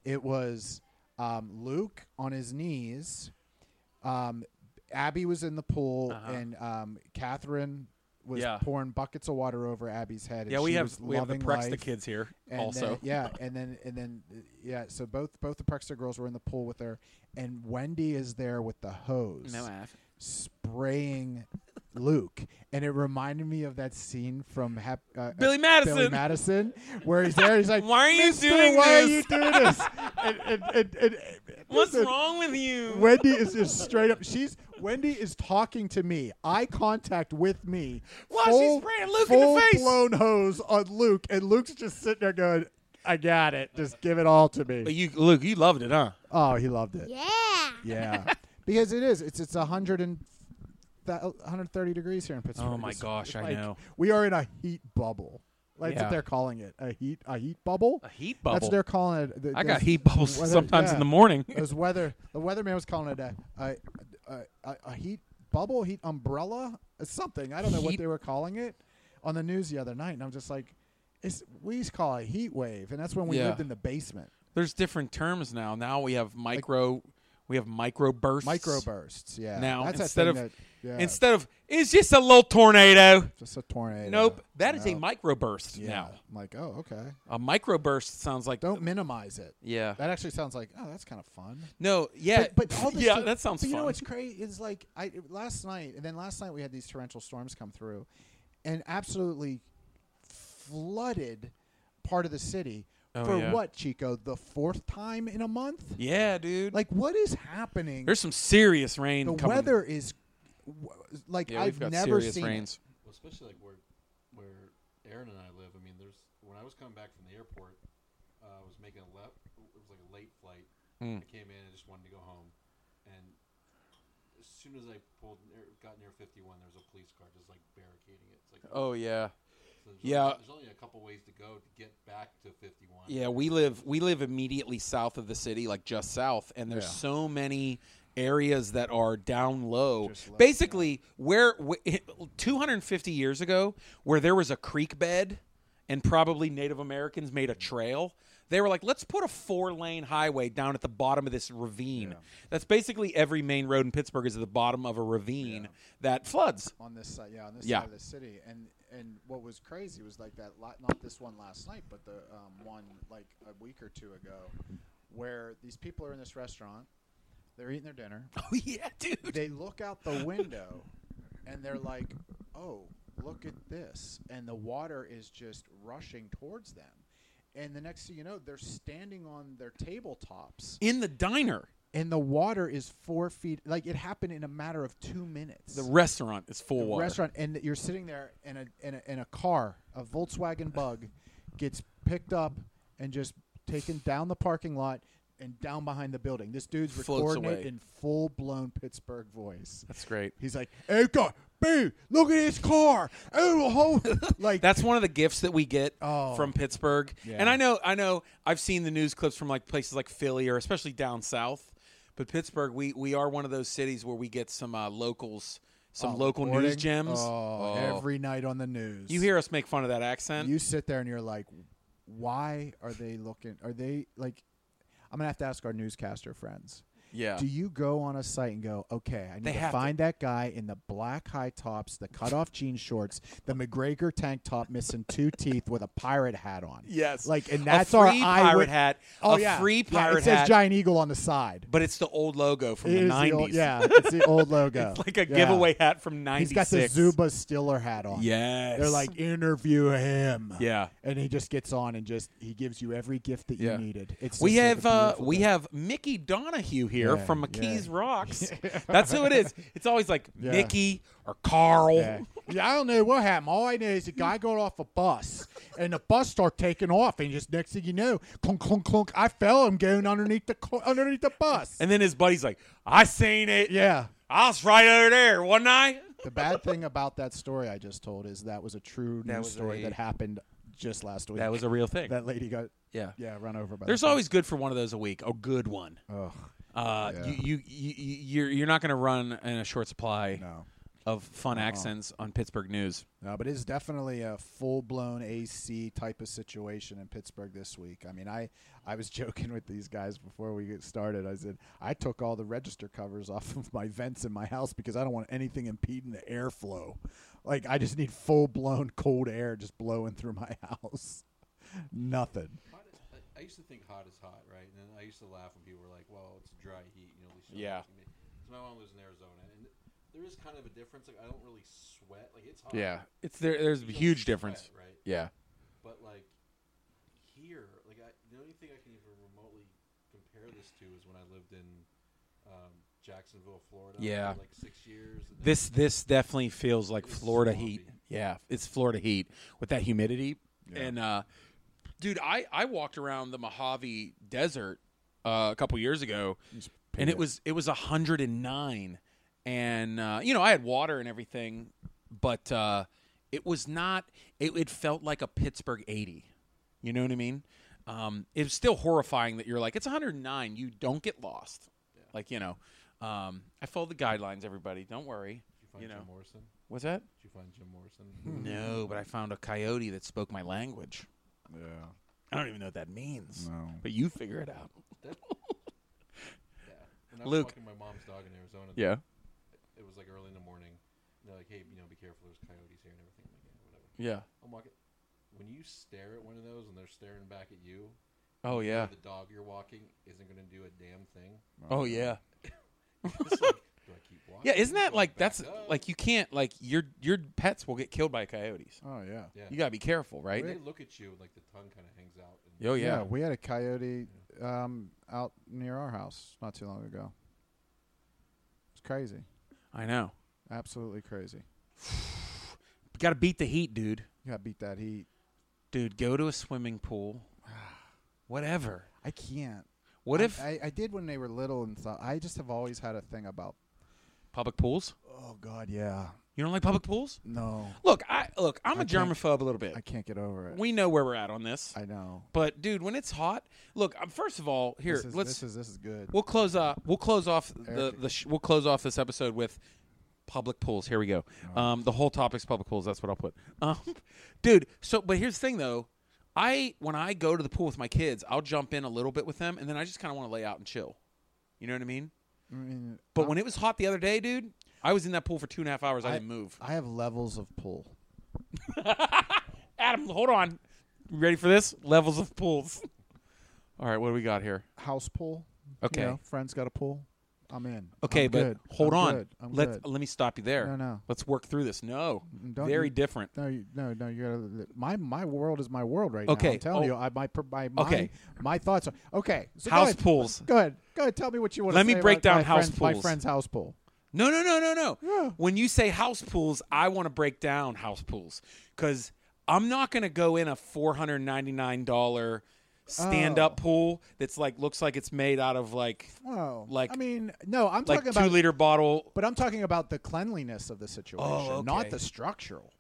B: it was um, Luke on his knees, um, Abby was in the pool,
A: Uh-huh.
B: and um, Catherine was
A: Yeah.
B: pouring buckets of water over Abby's head. And
A: Yeah, we
B: she
A: have
B: was
A: we have the
B: loving
A: Prex the
B: life.
A: kids here
B: And
A: also.
B: then- yeah, and then and then uh, yeah, so both both the Prexter girls were in the pool with her, and Wendy is there with the hose spraying Luke, and it reminded me of that scene from Hap- uh,
A: Billy
B: uh,
A: Madison.
B: Billy Madison, where he's there, he's like,
A: Why are you
B: "Mister,
A: doing this?"
B: why are you doing this?" and, and, and, and, and-
A: (laughs) What's
B: listen,
A: wrong with you?
B: Wendy is just straight up. She's Wendy is talking to me, eye contact with me.
A: While she's spraying Luke in the
B: full
A: face.
B: blown hose on Luke, and Luke's just sitting there going, "I got it. Just give it all to
A: But
B: me."
A: you, Luke, you loved it, huh?
B: Oh, he loved it.
D: Yeah.
B: Yeah, (laughs) because it is. It's it's a hundred and th- 130 degrees here in Pittsburgh.
A: Oh my
B: It's-
A: gosh,
B: it's
A: I
B: like-
A: know.
B: We are in a heat bubble. Like That's
A: Yeah.
B: what they're calling it a heat a heat bubble.
A: A heat
B: That's what they're calling it. The-
A: I got
B: those-
A: heat bubbles
B: weather-
A: sometimes
B: yeah.
A: in the morning.
B: (laughs) Those weather. The weatherman was calling it a a, a, a, a heat bubble, heat umbrella, uh, something. I don't know
A: Heat-
B: what they were calling it on the news the other night, and I'm just like, it's, we used to call it a heat wave, and that's when we
A: Yeah.
B: lived in the basement.
A: (laughs) There's different terms now. Now we have micro, we have micro bursts.
B: Microbursts, yeah.
A: Now
B: that's a
A: instead of
B: thing that, yeah.
A: instead of it's just a little tornado.
B: Just a tornado.
A: Nope, that is a
B: No.
A: microburst
B: Yeah.
A: now.
B: I'm like, oh, okay.
A: A microburst sounds like
B: Don't minimize it.
A: yeah.
B: That actually sounds like, oh, that's kind of fun.
A: No, yeah,
B: But, but all this
A: yeah,
B: stuff-
A: that sounds
B: But you
A: fun.
B: know what's crazy is like I it- last night, and then last night we had these torrential storms come through, and absolutely flooded part of the city
A: Oh,
B: for
A: yeah.
B: what, Chico? The fourth time in a month?
A: yeah, dude.
B: Like, what is happening?
A: there's some serious rain.
B: the
A: coming.
B: weather is w- like
A: Yeah,
B: I've
A: we've got
B: never
A: serious
B: seen. it.
A: rains.
C: Well, especially like where where Aaron and I live. I mean, there's when I was coming back from the airport, uh, I was making a left. It was like a late flight.
A: Hmm.
C: I came in and just wanted to go home, and as soon as I pulled near, got near 51, there was a police car just like barricading it. It's like
A: Oh yeah.
C: it's So there's
A: Yeah.
C: Only, there's only a couple ways to go to get back to 51.
A: Yeah, we live we live immediately south of the city, like just south, and there's
B: Yeah.
A: so many areas that are down low.
B: Just left,
A: Basically, where wh- (laughs) it- 250 years ago, where there was a creek bed, and probably Native Americans made a trail. They were like, let's put a four lane highway down at the bottom of this ravine. That's basically every main road in Pittsburgh is at the bottom of a ravine that floods. (laughs)
B: on this side, yeah, on this
A: Yeah.
B: side of the city. And and what was crazy was like that lot, not this one last night, but the um, one like a week or two ago, where these people are in this restaurant, they're eating
A: (laughs)
B: their dinner,
A: Oh, yeah, dude.
B: they look out the window, and they're like, "Oh, look at this!" And the water is just rushing towards them. And the next thing you know, they're standing on their tabletops,
A: In the diner,
B: and the water is four feet. Like it happened in a matter of two minutes.
A: the restaurant is full
B: The
A: of water.
B: restaurant, and you're sitting there, and a, and a and a car, a Volkswagen Bug, gets picked up and just taken down the parking lot and down behind the building. This dude's
A: Floats
B: recording it
A: away.
B: in full blown Pittsburgh voice.
A: That's great.
B: He's like, "Hey, God, babe, look at his car! Oh,
A: (laughs)
B: the whole like
A: That's one of the gifts that we get
B: Oh.
A: from Pittsburgh.
B: Yeah.
A: And I know, I know, I've seen the news clips from like places like Philly or especially down south. But Pittsburgh, we we are one of those cities where we get some uh, locals, some
B: Oh,
A: local news
B: recording.
A: gems.
B: Oh, every night on the news.
A: you hear us make fun of that accent.
B: you sit there and you're like, why are they looking? Are they like? I'm gonna have to ask our newscaster friends.
A: yeah.
B: Do you go on a site and go, okay, I need
A: They
B: to
A: have to-
B: find that guy in the black high tops, the cutoff jean shorts, the McGregor tank top, missing two teeth, with a pirate hat on?
A: yes.
B: like, and
A: A
B: that's
A: free
B: our
A: pirate
B: eyewit-
A: hat.
B: Oh
A: a
B: yeah,
A: free
B: Yeah,
A: pirate
B: it says
A: hat.
B: giant eagle on the side.
A: but it's the old logo from
B: It
A: the
B: is
A: nineties.
B: the old, yeah, it's the old
A: (laughs)
B: logo.
A: It's (laughs) like a
B: Yeah.
A: giveaway hat from ninety
B: He's got the Zuba Stiller hat on.
A: Yes.
B: They're like interview him.
A: Yeah.
B: and he just gets on and just he gives you every gift that
A: Yeah.
B: you needed. It's
A: We
B: just
A: have
B: like a
A: uh,
B: beautiful
A: we
B: thing.
A: have Mickey Donahue here
B: Yeah,
A: from
B: yeah.
A: McKee's
B: (laughs)
A: Rocks. That's who it is. It's always like
B: Yeah.
A: Mickey or Carl.
B: Yeah. Oh, yeah, I don't know what happened. All I know is the guy got off a bus, and the bus start taking off, and just next thing you know, clunk clunk clunk, I fell. I'm going underneath the cl- underneath the bus.
A: And then his buddy's like, "I seen it.
B: yeah,
A: I was right over there, wasn't I?"
B: the bad thing about that story I just told is that was a true
A: That
B: news
A: was
B: story
A: a-
B: that happened just last week.
A: That was a real thing.
B: that lady got
A: yeah.
B: yeah run over by.
A: There's
B: the
A: always good for one of those a week, a good one.
B: always
A: Uh,
B: Yeah.
A: you, you you you- you're you're not going to run in a short supply
B: no. Uh-uh.
A: of fun accents on Pittsburgh news.
B: No, Uh, but it's definitely a full blown AC type of situation in Pittsburgh this week. I mean, I, I was (laughs) joking with these guys before we get started. I said, I took all the register covers (laughs) off of my vents in my house because I don't want anything impeding the airflow. Like, I just need full blown cold air just blowing through my (laughs) house. Nothing.
C: Hot is, I, I used to think hot is hot, right? And then I used to laugh when people were like, "Well, it's dry heat," you know. At least
A: Yeah.
C: Because my mom lives in Arizona, and there is kind of a difference. Like I don't really sweat. Like it's hot.
A: Yeah, it's there. There's a
C: You don't
A: huge
C: sweat,
A: difference.
C: right?
A: Yeah,
C: But like here, like I, the only thing I can even remotely compare this to is when I lived in um, Jacksonville, Florida.
A: Yeah.
C: for like six years. and then-
A: this this definitely feels like
C: It is
A: Florida
C: swampy.
A: heat. Yeah, it's Florida heat with that humidity. And uh, dude, I I walked around the Mojave Desert uh, a couple years ago, and it was it was hundred and nine, and uh, you know I had water and everything, but uh, it was not. It, it felt like a Pittsburgh eighty. You know what I mean? Um, it's still horrifying that you're like it's 109. You don't get lost. Like you know, um, I follow the guidelines. Everybody, don't worry.
C: Did you find
A: you know.
C: Jim Morrison?
A: What's that?
C: Did you find Jim
A: (laughs)
C: Morrison?
B: Hmm.
A: No, but I found a coyote that spoke my language.
B: Yeah.
A: I don't even know what that means.
B: No.
A: But you figure it out.
C: Yeah. When I was
A: Luke.
C: walking my mom's dog in Arizona, it was like early in the morning. And they're like, "Hey, you know, be careful. There's coyotes here and everything." I'm like, yeah, whatever.
A: Yeah.
C: I'm walking. When you stare at one of those and they're staring back at you,
A: Oh yeah.
C: the dog you're walking isn't going to do a damn
A: (laughs)
C: thing.
A: Oh yeah.
C: It's like, do I keep walking?
A: Yeah, isn't that
C: Do I
A: like
C: back
A: that's
C: up?
A: like you can't like your your pets will get killed by coyotes.
B: Oh, yeah.
C: Yeah.
A: You got to be careful, right?
C: And they look at you like the tongue kind of hangs out. And
A: Oh yeah.
B: we had a coyote um, out near our house not too long ago. It's crazy.
A: I know.
B: Absolutely crazy.
A: Got to beat the heat, dude.
B: You got to beat that heat.
A: Dude, go to a swimming pool. (sighs) Whatever.
B: I can't.
A: What
B: I-
A: if
B: I, I did when they were little and thought I just have always had a thing about
A: Public pools?
B: Oh God, yeah.
A: You don't like public pools?
B: No,
A: Look, I look. I'm a
B: I can't-
A: germaphobe a little bit.
B: I can't get over it.
A: we know where we're at on this.
B: I know.
A: but dude, when it's hot, look. um, First of all, here
B: This is,
A: let's
B: this is this is good.
A: we'll close uh we'll close off the
B: Eric-
A: the sh- we'll close off this episode with public pools. Here we go. Um, the whole topic's public pools. That's what I'll put. (laughs) Um, dude. So, but here's the thing though. I when I go to the pool with my kids, I'll jump in a little bit with them, and then I just kind of want to lay out and chill. You know what I mean?
B: I mean,
A: But when it was hot the other day, dude, I was in that pool for two and a half hours. I,
B: I-
A: didn't move.
B: I have levels of pull.
A: Adam, hold on. You ready for this? Levels of pools. (laughs) All right, what do we got here?
B: House pull.
A: Okay.
B: You know, friends got a pull. I'm in.
A: Okay,
B: I'm
A: but
B: good.
A: hold
B: I'm
A: on.
B: good. I'm
A: let
B: good.
A: let me stop you there.
B: No, no. Mm,
A: Let's work through this. No,
B: Don't
A: very
B: you-
A: different.
B: No, you, no, no. You gotta. My my world is my world right now.
A: Okay,
B: I'm telling
A: oh.
B: you, I my per- my my,
A: Okay.
B: my thoughts are okay. So go
A: House
B: ahead.
A: pools.
B: Go ahead. Go ahead. Tell me what you want.
A: Let me break down
B: my
A: house
B: friend's- My
A: pools.
B: friend's house pool.
A: No, no, no, no, no.
B: Yeah.
A: When you say house pools, I want to break down house pools because I'm not going to go in a $499 stand up pool that's like looks like it's made out of like
B: Oh,
A: Like-
B: I mean, no, I'm
A: like
B: talking
A: two
B: about
A: liter bottle.
B: But I'm talking about the cleanliness of the situation,
A: Oh,
B: not
A: okay.
B: the structural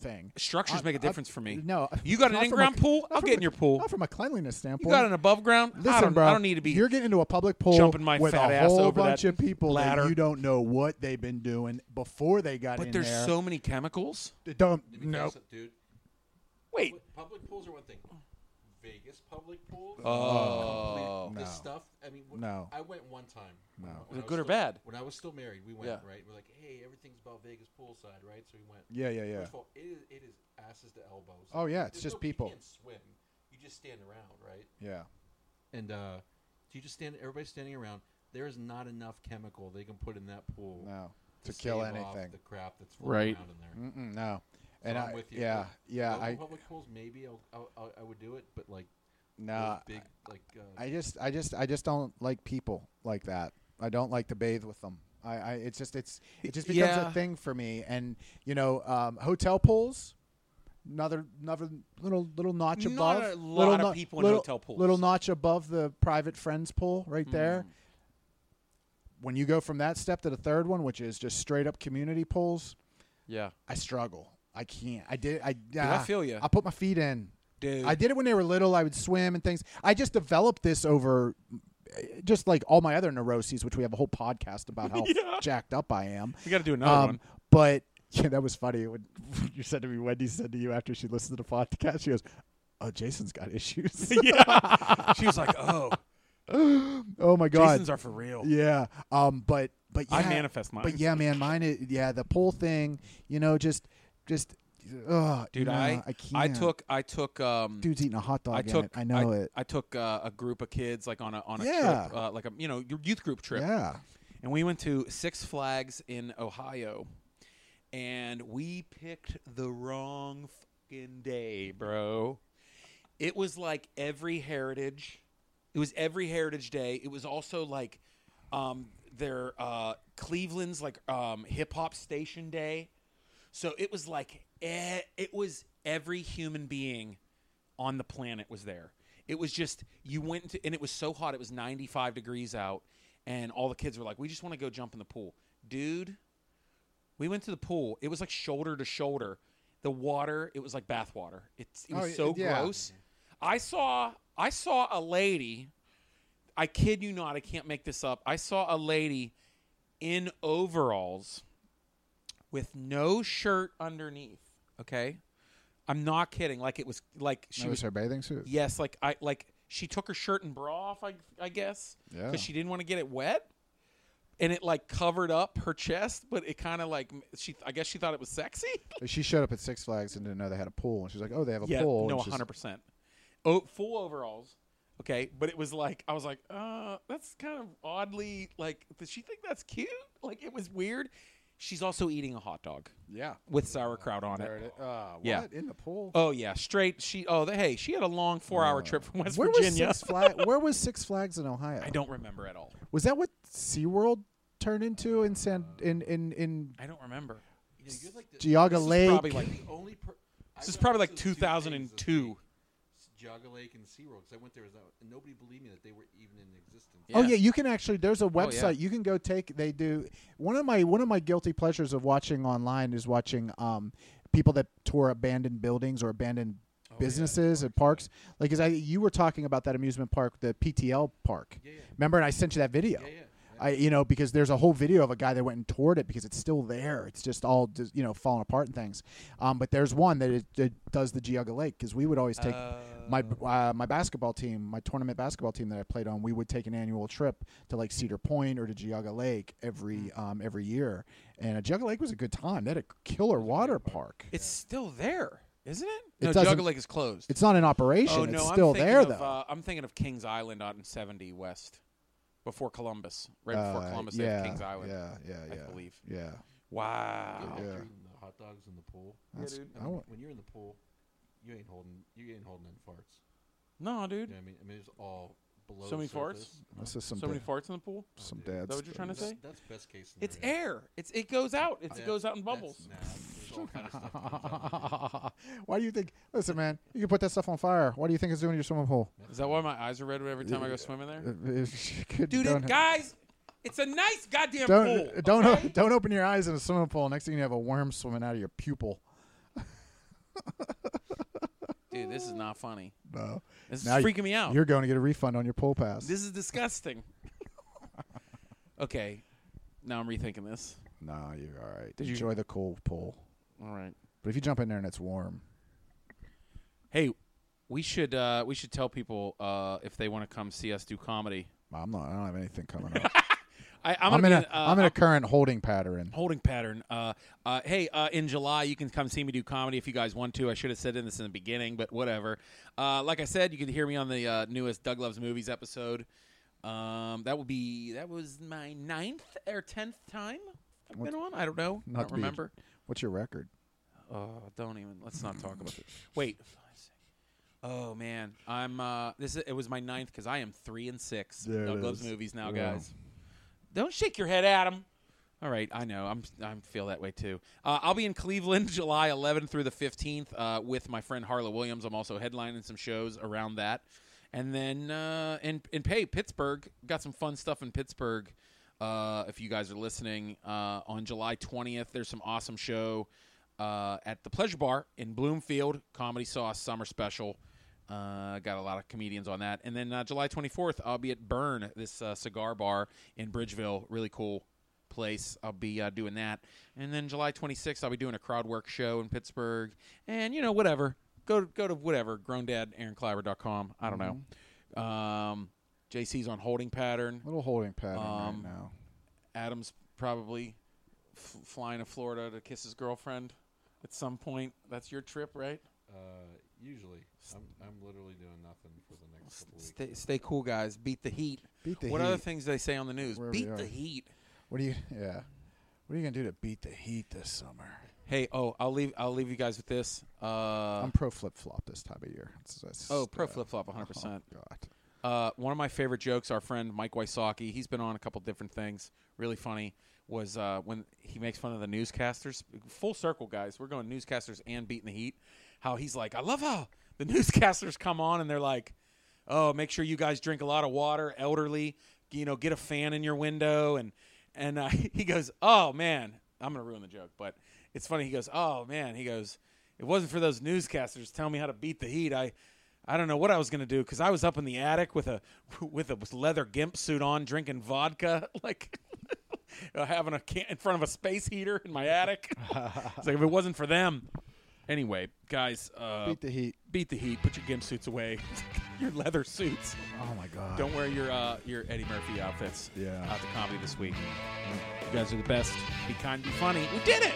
B: thing.
A: Structures
B: I-
A: make a
B: I-
A: difference for me.
B: No,
A: you got an
B: not
A: in
B: from a-
A: ground pool.
B: not
A: I'll
B: from
A: get
B: a-
A: in your pool.
B: Not from a cleanliness standpoint.
A: You got an above ground.
B: Listen,
A: I don't,
B: bro.
A: I don't need to be.
B: You're getting into a public pool
A: jumping my
B: with
A: fat
B: a
A: ass
B: whole
A: over
B: bunch
A: that
B: of people
A: ladder.
B: that you don't know what they've been doing before they got
A: but
B: in
A: there's
B: there.
A: so many chemicals.
B: don't
C: Let me tell you
B: no.
C: something, dude.
A: Wait,
C: Pu- Public pools are one thing. Vegas public pools.
A: Oh.
C: complete- the
B: No.
C: stuff. I mean, wh-
B: No.
C: I went one time. No,
A: Was it good or bad?
C: When I was still married, we went
A: Yeah.
C: right. We're like, hey, everything's about Vegas poolside, right? So we went.
B: Yeah, yeah, yeah.
C: First of all, it is, it is asses to elbows.
B: Oh, yeah, it's
C: There's
B: just
C: no-
B: people.
C: You can't swim. You just stand around, right?
B: Yeah.
C: And uh, you just stand. Everybody's standing around. There is not enough chemical they can put in that pool
B: No. To kill
C: stave off
B: anything.
C: The crap that's floating
A: Right.
C: around in there.
B: Mm-mm, Mm, no.
C: So
B: And
C: I'm
B: I,
C: with you.
B: yeah,
C: Like,
B: yeah,
C: local
B: I
C: public pools maybe I'll, I'll, I'll- I would do it, but like
B: nah.
C: those big like uh,
B: I just, I just, I just don't like people like that. I don't like to bathe with them. I, I it's just, it's, it just becomes
A: Yeah.
B: a thing for me. And you know, um, hotel pools, another, another little, little notch
A: Not
B: above.
A: a lot
B: little
A: of
B: no-
A: people in
B: little-
A: hotel pools. Hmm.
B: Little notch above the private friends pool, right there. When you go from that step to the third one, which is just straight up community pools,
A: yeah,
B: I struggle. I can't. I did. I.
A: I
B: ah,
A: feel ya.
B: I put my feet in.
A: dude.
B: I did it when they were little. I would swim and things. I just developed this over uh, just like all my other neuroses, which we have a whole podcast
A: (laughs)
B: about how jacked up I am.
A: we got to do another
B: Um,
A: one.
B: but yeah, that was funny. When (laughs) you said to me, Wendy said to you after she listened to the podcast, she goes, "Oh, Jason's got issues.
A: (laughs) yeah, she was like, "Oh,
B: (laughs) oh my god,
A: Jasons are for real."
B: yeah." Um, but but yeah,
A: I manifest mine.
B: But yeah, man, mine. Is, yeah, the pole thing. You know, just just. Uh,
A: dude,
B: no,
A: I
B: I can't.
A: took I took um
B: dude's eating a hot dog.
A: I
B: in
A: took
B: it. I know
A: I,
B: it.
A: I took uh, a group of kids like on a on a
B: Yeah.
A: trip, uh, like a you know your youth group trip.
B: Yeah.
A: and we went to Six Flags in Ohio, and we picked the wrong fucking day, bro. It was like every heritage. It was every heritage day. It was also like um, their uh, Cleveland's like um, hip hop station day. So it was like eh, it was every human being on the planet was there. It was just you went into, and it was so hot. It was 95 degrees out, and all the kids were like, "We just want to go jump in the pool, dude." We went to the pool. It was like shoulder to shoulder. The water, it was like bath water. It's it was
B: Oh, y-
A: so
B: yeah.
A: gross. I saw I saw a lady. I kid you not. I can't make this up. I saw a lady in overalls with no shirt underneath. Okay, I'm not kidding. Like it was like she
B: That
A: was
B: was her bathing suit.
A: Yes, like I like she took her shirt and bra off. I I guess
B: Yeah.
A: because she didn't want to get it wet, and it like covered up her chest, but it kind of like she. I guess she thought it was sexy. (laughs)
B: She showed up at Six Flags and didn't know they had a pool, and she's like, "Oh, they have a
A: yeah,
B: pool."
A: no,
B: and she's-
A: hundred percent. Oh, full overalls. Okay, but it was like I was like, uh, that's kind of oddly like. Does she think that's cute? Like it was weird. She's also eating a hot dog
B: Yeah.
A: with sauerkraut on
B: There it
A: it.
B: is. Uh, what?
A: Yeah.
B: In the pool.
A: Oh yeah, straight. She. Oh, the, hey, she had a long four-hour trip from West
B: where
A: Virginia.
B: was Six Flags? Where was Six Flags in Ohio?
A: I don't remember at all.
B: Was that what SeaWorld turned into in San in in in
A: I don't remember.
C: you know, you're like the,
B: Geauga
A: This is
B: Lake?
A: probably like
C: the only. Per- I
A: this is
C: went
A: probably
C: to
A: like
C: those two things this
A: 2002.
C: week, Geauga Lake and SeaWorld because I went there as that, and nobody believed me that they were even in existence.
B: Oh yeah, you can actually. There's a website
A: yeah.
B: you can go take. They do one of my one of my guilty pleasures of watching online is watching um, people that tour abandoned buildings or abandoned
C: Oh,
B: businesses and parks. Like, as I you were talking about that amusement park, the PTL park.
C: Yeah, yeah.
B: Remember, and I sent you that video.
C: Yeah, yeah.
B: I you know because there's a whole video of a guy that went and toured it because it's still there. It's just all just, you know falling apart and things. Um, but there's one that it, it does the Geauga Lake because we would always take my uh, my basketball team, my tournament basketball team that I played on. We would take an annual trip to like Cedar Point or to Geauga Lake every um, every year. And uh, Geauga Lake was a good time. They had a killer water park.
F: It's still there, isn't it?
B: It
A: No,
B: doesn't-
A: Jugga Lake is closed.
B: It's not in operation.
A: oh
B: it's
A: no,
B: still
A: I'm thinking
B: there
A: of,
B: though.
A: Uh, I'm thinking of Kings Island out in 70 West, before Columbus, right before
B: Uh,
A: Columbus. they
B: yeah,
A: have Kings Island.
B: Yeah, yeah, yeah,
A: I believe.
B: yeah.
A: Wow.
C: After
B: Oh, Yeah.
C: eating the hot dogs in the pool.
B: That's-
C: I
B: I
C: mean,
B: want-
C: when you're in the pool, you ain't holding you ain't holding in farts.
A: No,
C: You
A: dude.
C: know what I mean, I mean it's all below.
A: so many
C: the surface.
A: farts.
B: This is some
A: So many
B: da-
A: farts in the pool.
B: some
C: dude. Is
B: dads.
A: that what you're trying to
C: That's,
A: say?
C: that's best case scenario.
F: It's air. It's it goes out. It's, it
C: That-
F: goes out in
C: that's-
F: bubbles.
C: nah, there's all kind of stuff that comes out.
B: (laughs) Why do you think? Listen, man, you can put that stuff on fire. What do you think it's doing to your swimming pool?
A: Is that why my eyes are red every time I go swimming there?
B: Uh,
F: Dude, it, guys, it's a nice
B: (laughs)
F: goddamn
B: don't uh,
F: pool.
B: don't
F: okay?
B: don't open your eyes in a swimming pool. Next thing you have a worm swimming out of your pupil.
A: Dude, this is not funny.
B: No,
A: This
B: Now
A: is
B: you-
A: freaking me out.
B: you're going to get a refund on your pool pass.
A: This is
B: (laughs)
A: disgusting. okay, now I'm rethinking this.
B: no, you're all right.
A: Did you-
B: Enjoy the cool pool.
A: All right.
B: But if you jump in there and it's warm,
A: Hey, we should uh, we should tell people uh, if they want to come see us do comedy.
B: I'm not. I don't have anything coming up.
A: I, (laughs) I'm,
B: I'm,
A: gonna
B: in
A: be
B: a
A: in, uh,
B: am in a current holding pattern.
A: holding pattern. Uh, uh, hey, uh, in July, you can come see me do comedy if you guys want to. I should have said in this in the beginning, but whatever. Uh, like I said, you can hear me on the uh, newest Doug Loves Movies episode. Um, that would be that was my ninth or tenth time I've been on. I don't know. I
B: Not
A: don't
B: to be-
A: remember.
B: What's your record?
A: Oh, don't even. Let's not talk
B: (laughs)
A: about this. Wait. Oh man, I'm. Uh, this is, it was my ninth because I am three and six.
B: There it
A: Doug loves
B: is.
A: movies now,
B: Yeah.
A: guys. Don't shake your head, Adam. All right, I know. I'm. I feel that way too. Uh, I'll be in Cleveland, (laughs) July 11th through the 15th, uh, with my friend Harlow Williams. I'm also headlining some shows around that, and then uh, in in Pay Pittsburgh, got some fun stuff in Pittsburgh. Uh, if you guys are listening, uh, on July 20th, there's some awesome show uh, at the Pleasure Bar in Bloomfield, Comedy Sauce Summer Special. Uh, got a lot of comedians on that. And then uh, July 24th, I'll be at Burn, this uh, cigar bar in Bridgeville. Really cool place. I'll be uh, doing that. And then July 26th, I'll be doing a crowd work show in Pittsburgh. And, you know, whatever. Go to, go to whatever, growndadaaroncliver.com. I don't know. Um, JC's on holding pattern.
B: Little holding pattern
A: Um,
B: right now.
A: Adam's probably f- flying to Florida to kiss his girlfriend at some point. That's your trip, right?
C: Uh, usually, I'm, I'm literally doing nothing for the next couple weeks.
A: Stay, stay cool, guys. Beat the heat.
B: Beat the
A: what
B: heat.
A: other things do they say on the news?
B: Where we
A: Beat
B: are.
A: the heat.
B: What are you? Yeah. What are you gonna do to beat the heat this summer?
A: Hey, oh, I'll leave. I'll leave you guys with this. Uh,
B: I'm pro flip flop this time of year. It's- it's-
A: oh, pro
B: uh,
A: flip flop, 100.
B: Oh
A: percent
B: God.
A: Uh, one of my favorite jokes, our friend Mike Wysocki, he's been on a couple different things. Really funny was uh, when he makes fun of the newscasters. Full circle, guys. We're going newscasters and beating the heat. How he's like, I love how the (laughs) newscasters come on and they're like, oh, make sure you guys drink a lot of water, elderly, you know, get a fan in your window. And, and uh, (laughs) he goes, oh, man, I'm going to ruin the joke, but it's funny. He goes, oh, man, he goes, it wasn't for those newscasters telling me how to beat the heat. I, I don't know what I was gonna do because I was up in the attic with a (laughs) with a leather gimp suit on, drinking vodka, (laughs) like uh, having a can in front of a space heater in my attic. (laughs) it's like if it wasn't for them. Anyway, guys, uh,
B: Beat the heat.
A: beat the heat. Put your gimp suits away. (laughs) your leather suits.
B: Oh my God.
A: Don't wear your uh, your Eddie Murphy outfits.
B: Yeah.
A: Out to comedy this week. You guys are the best. Be kind. Be funny. We did it.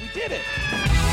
A: We did it.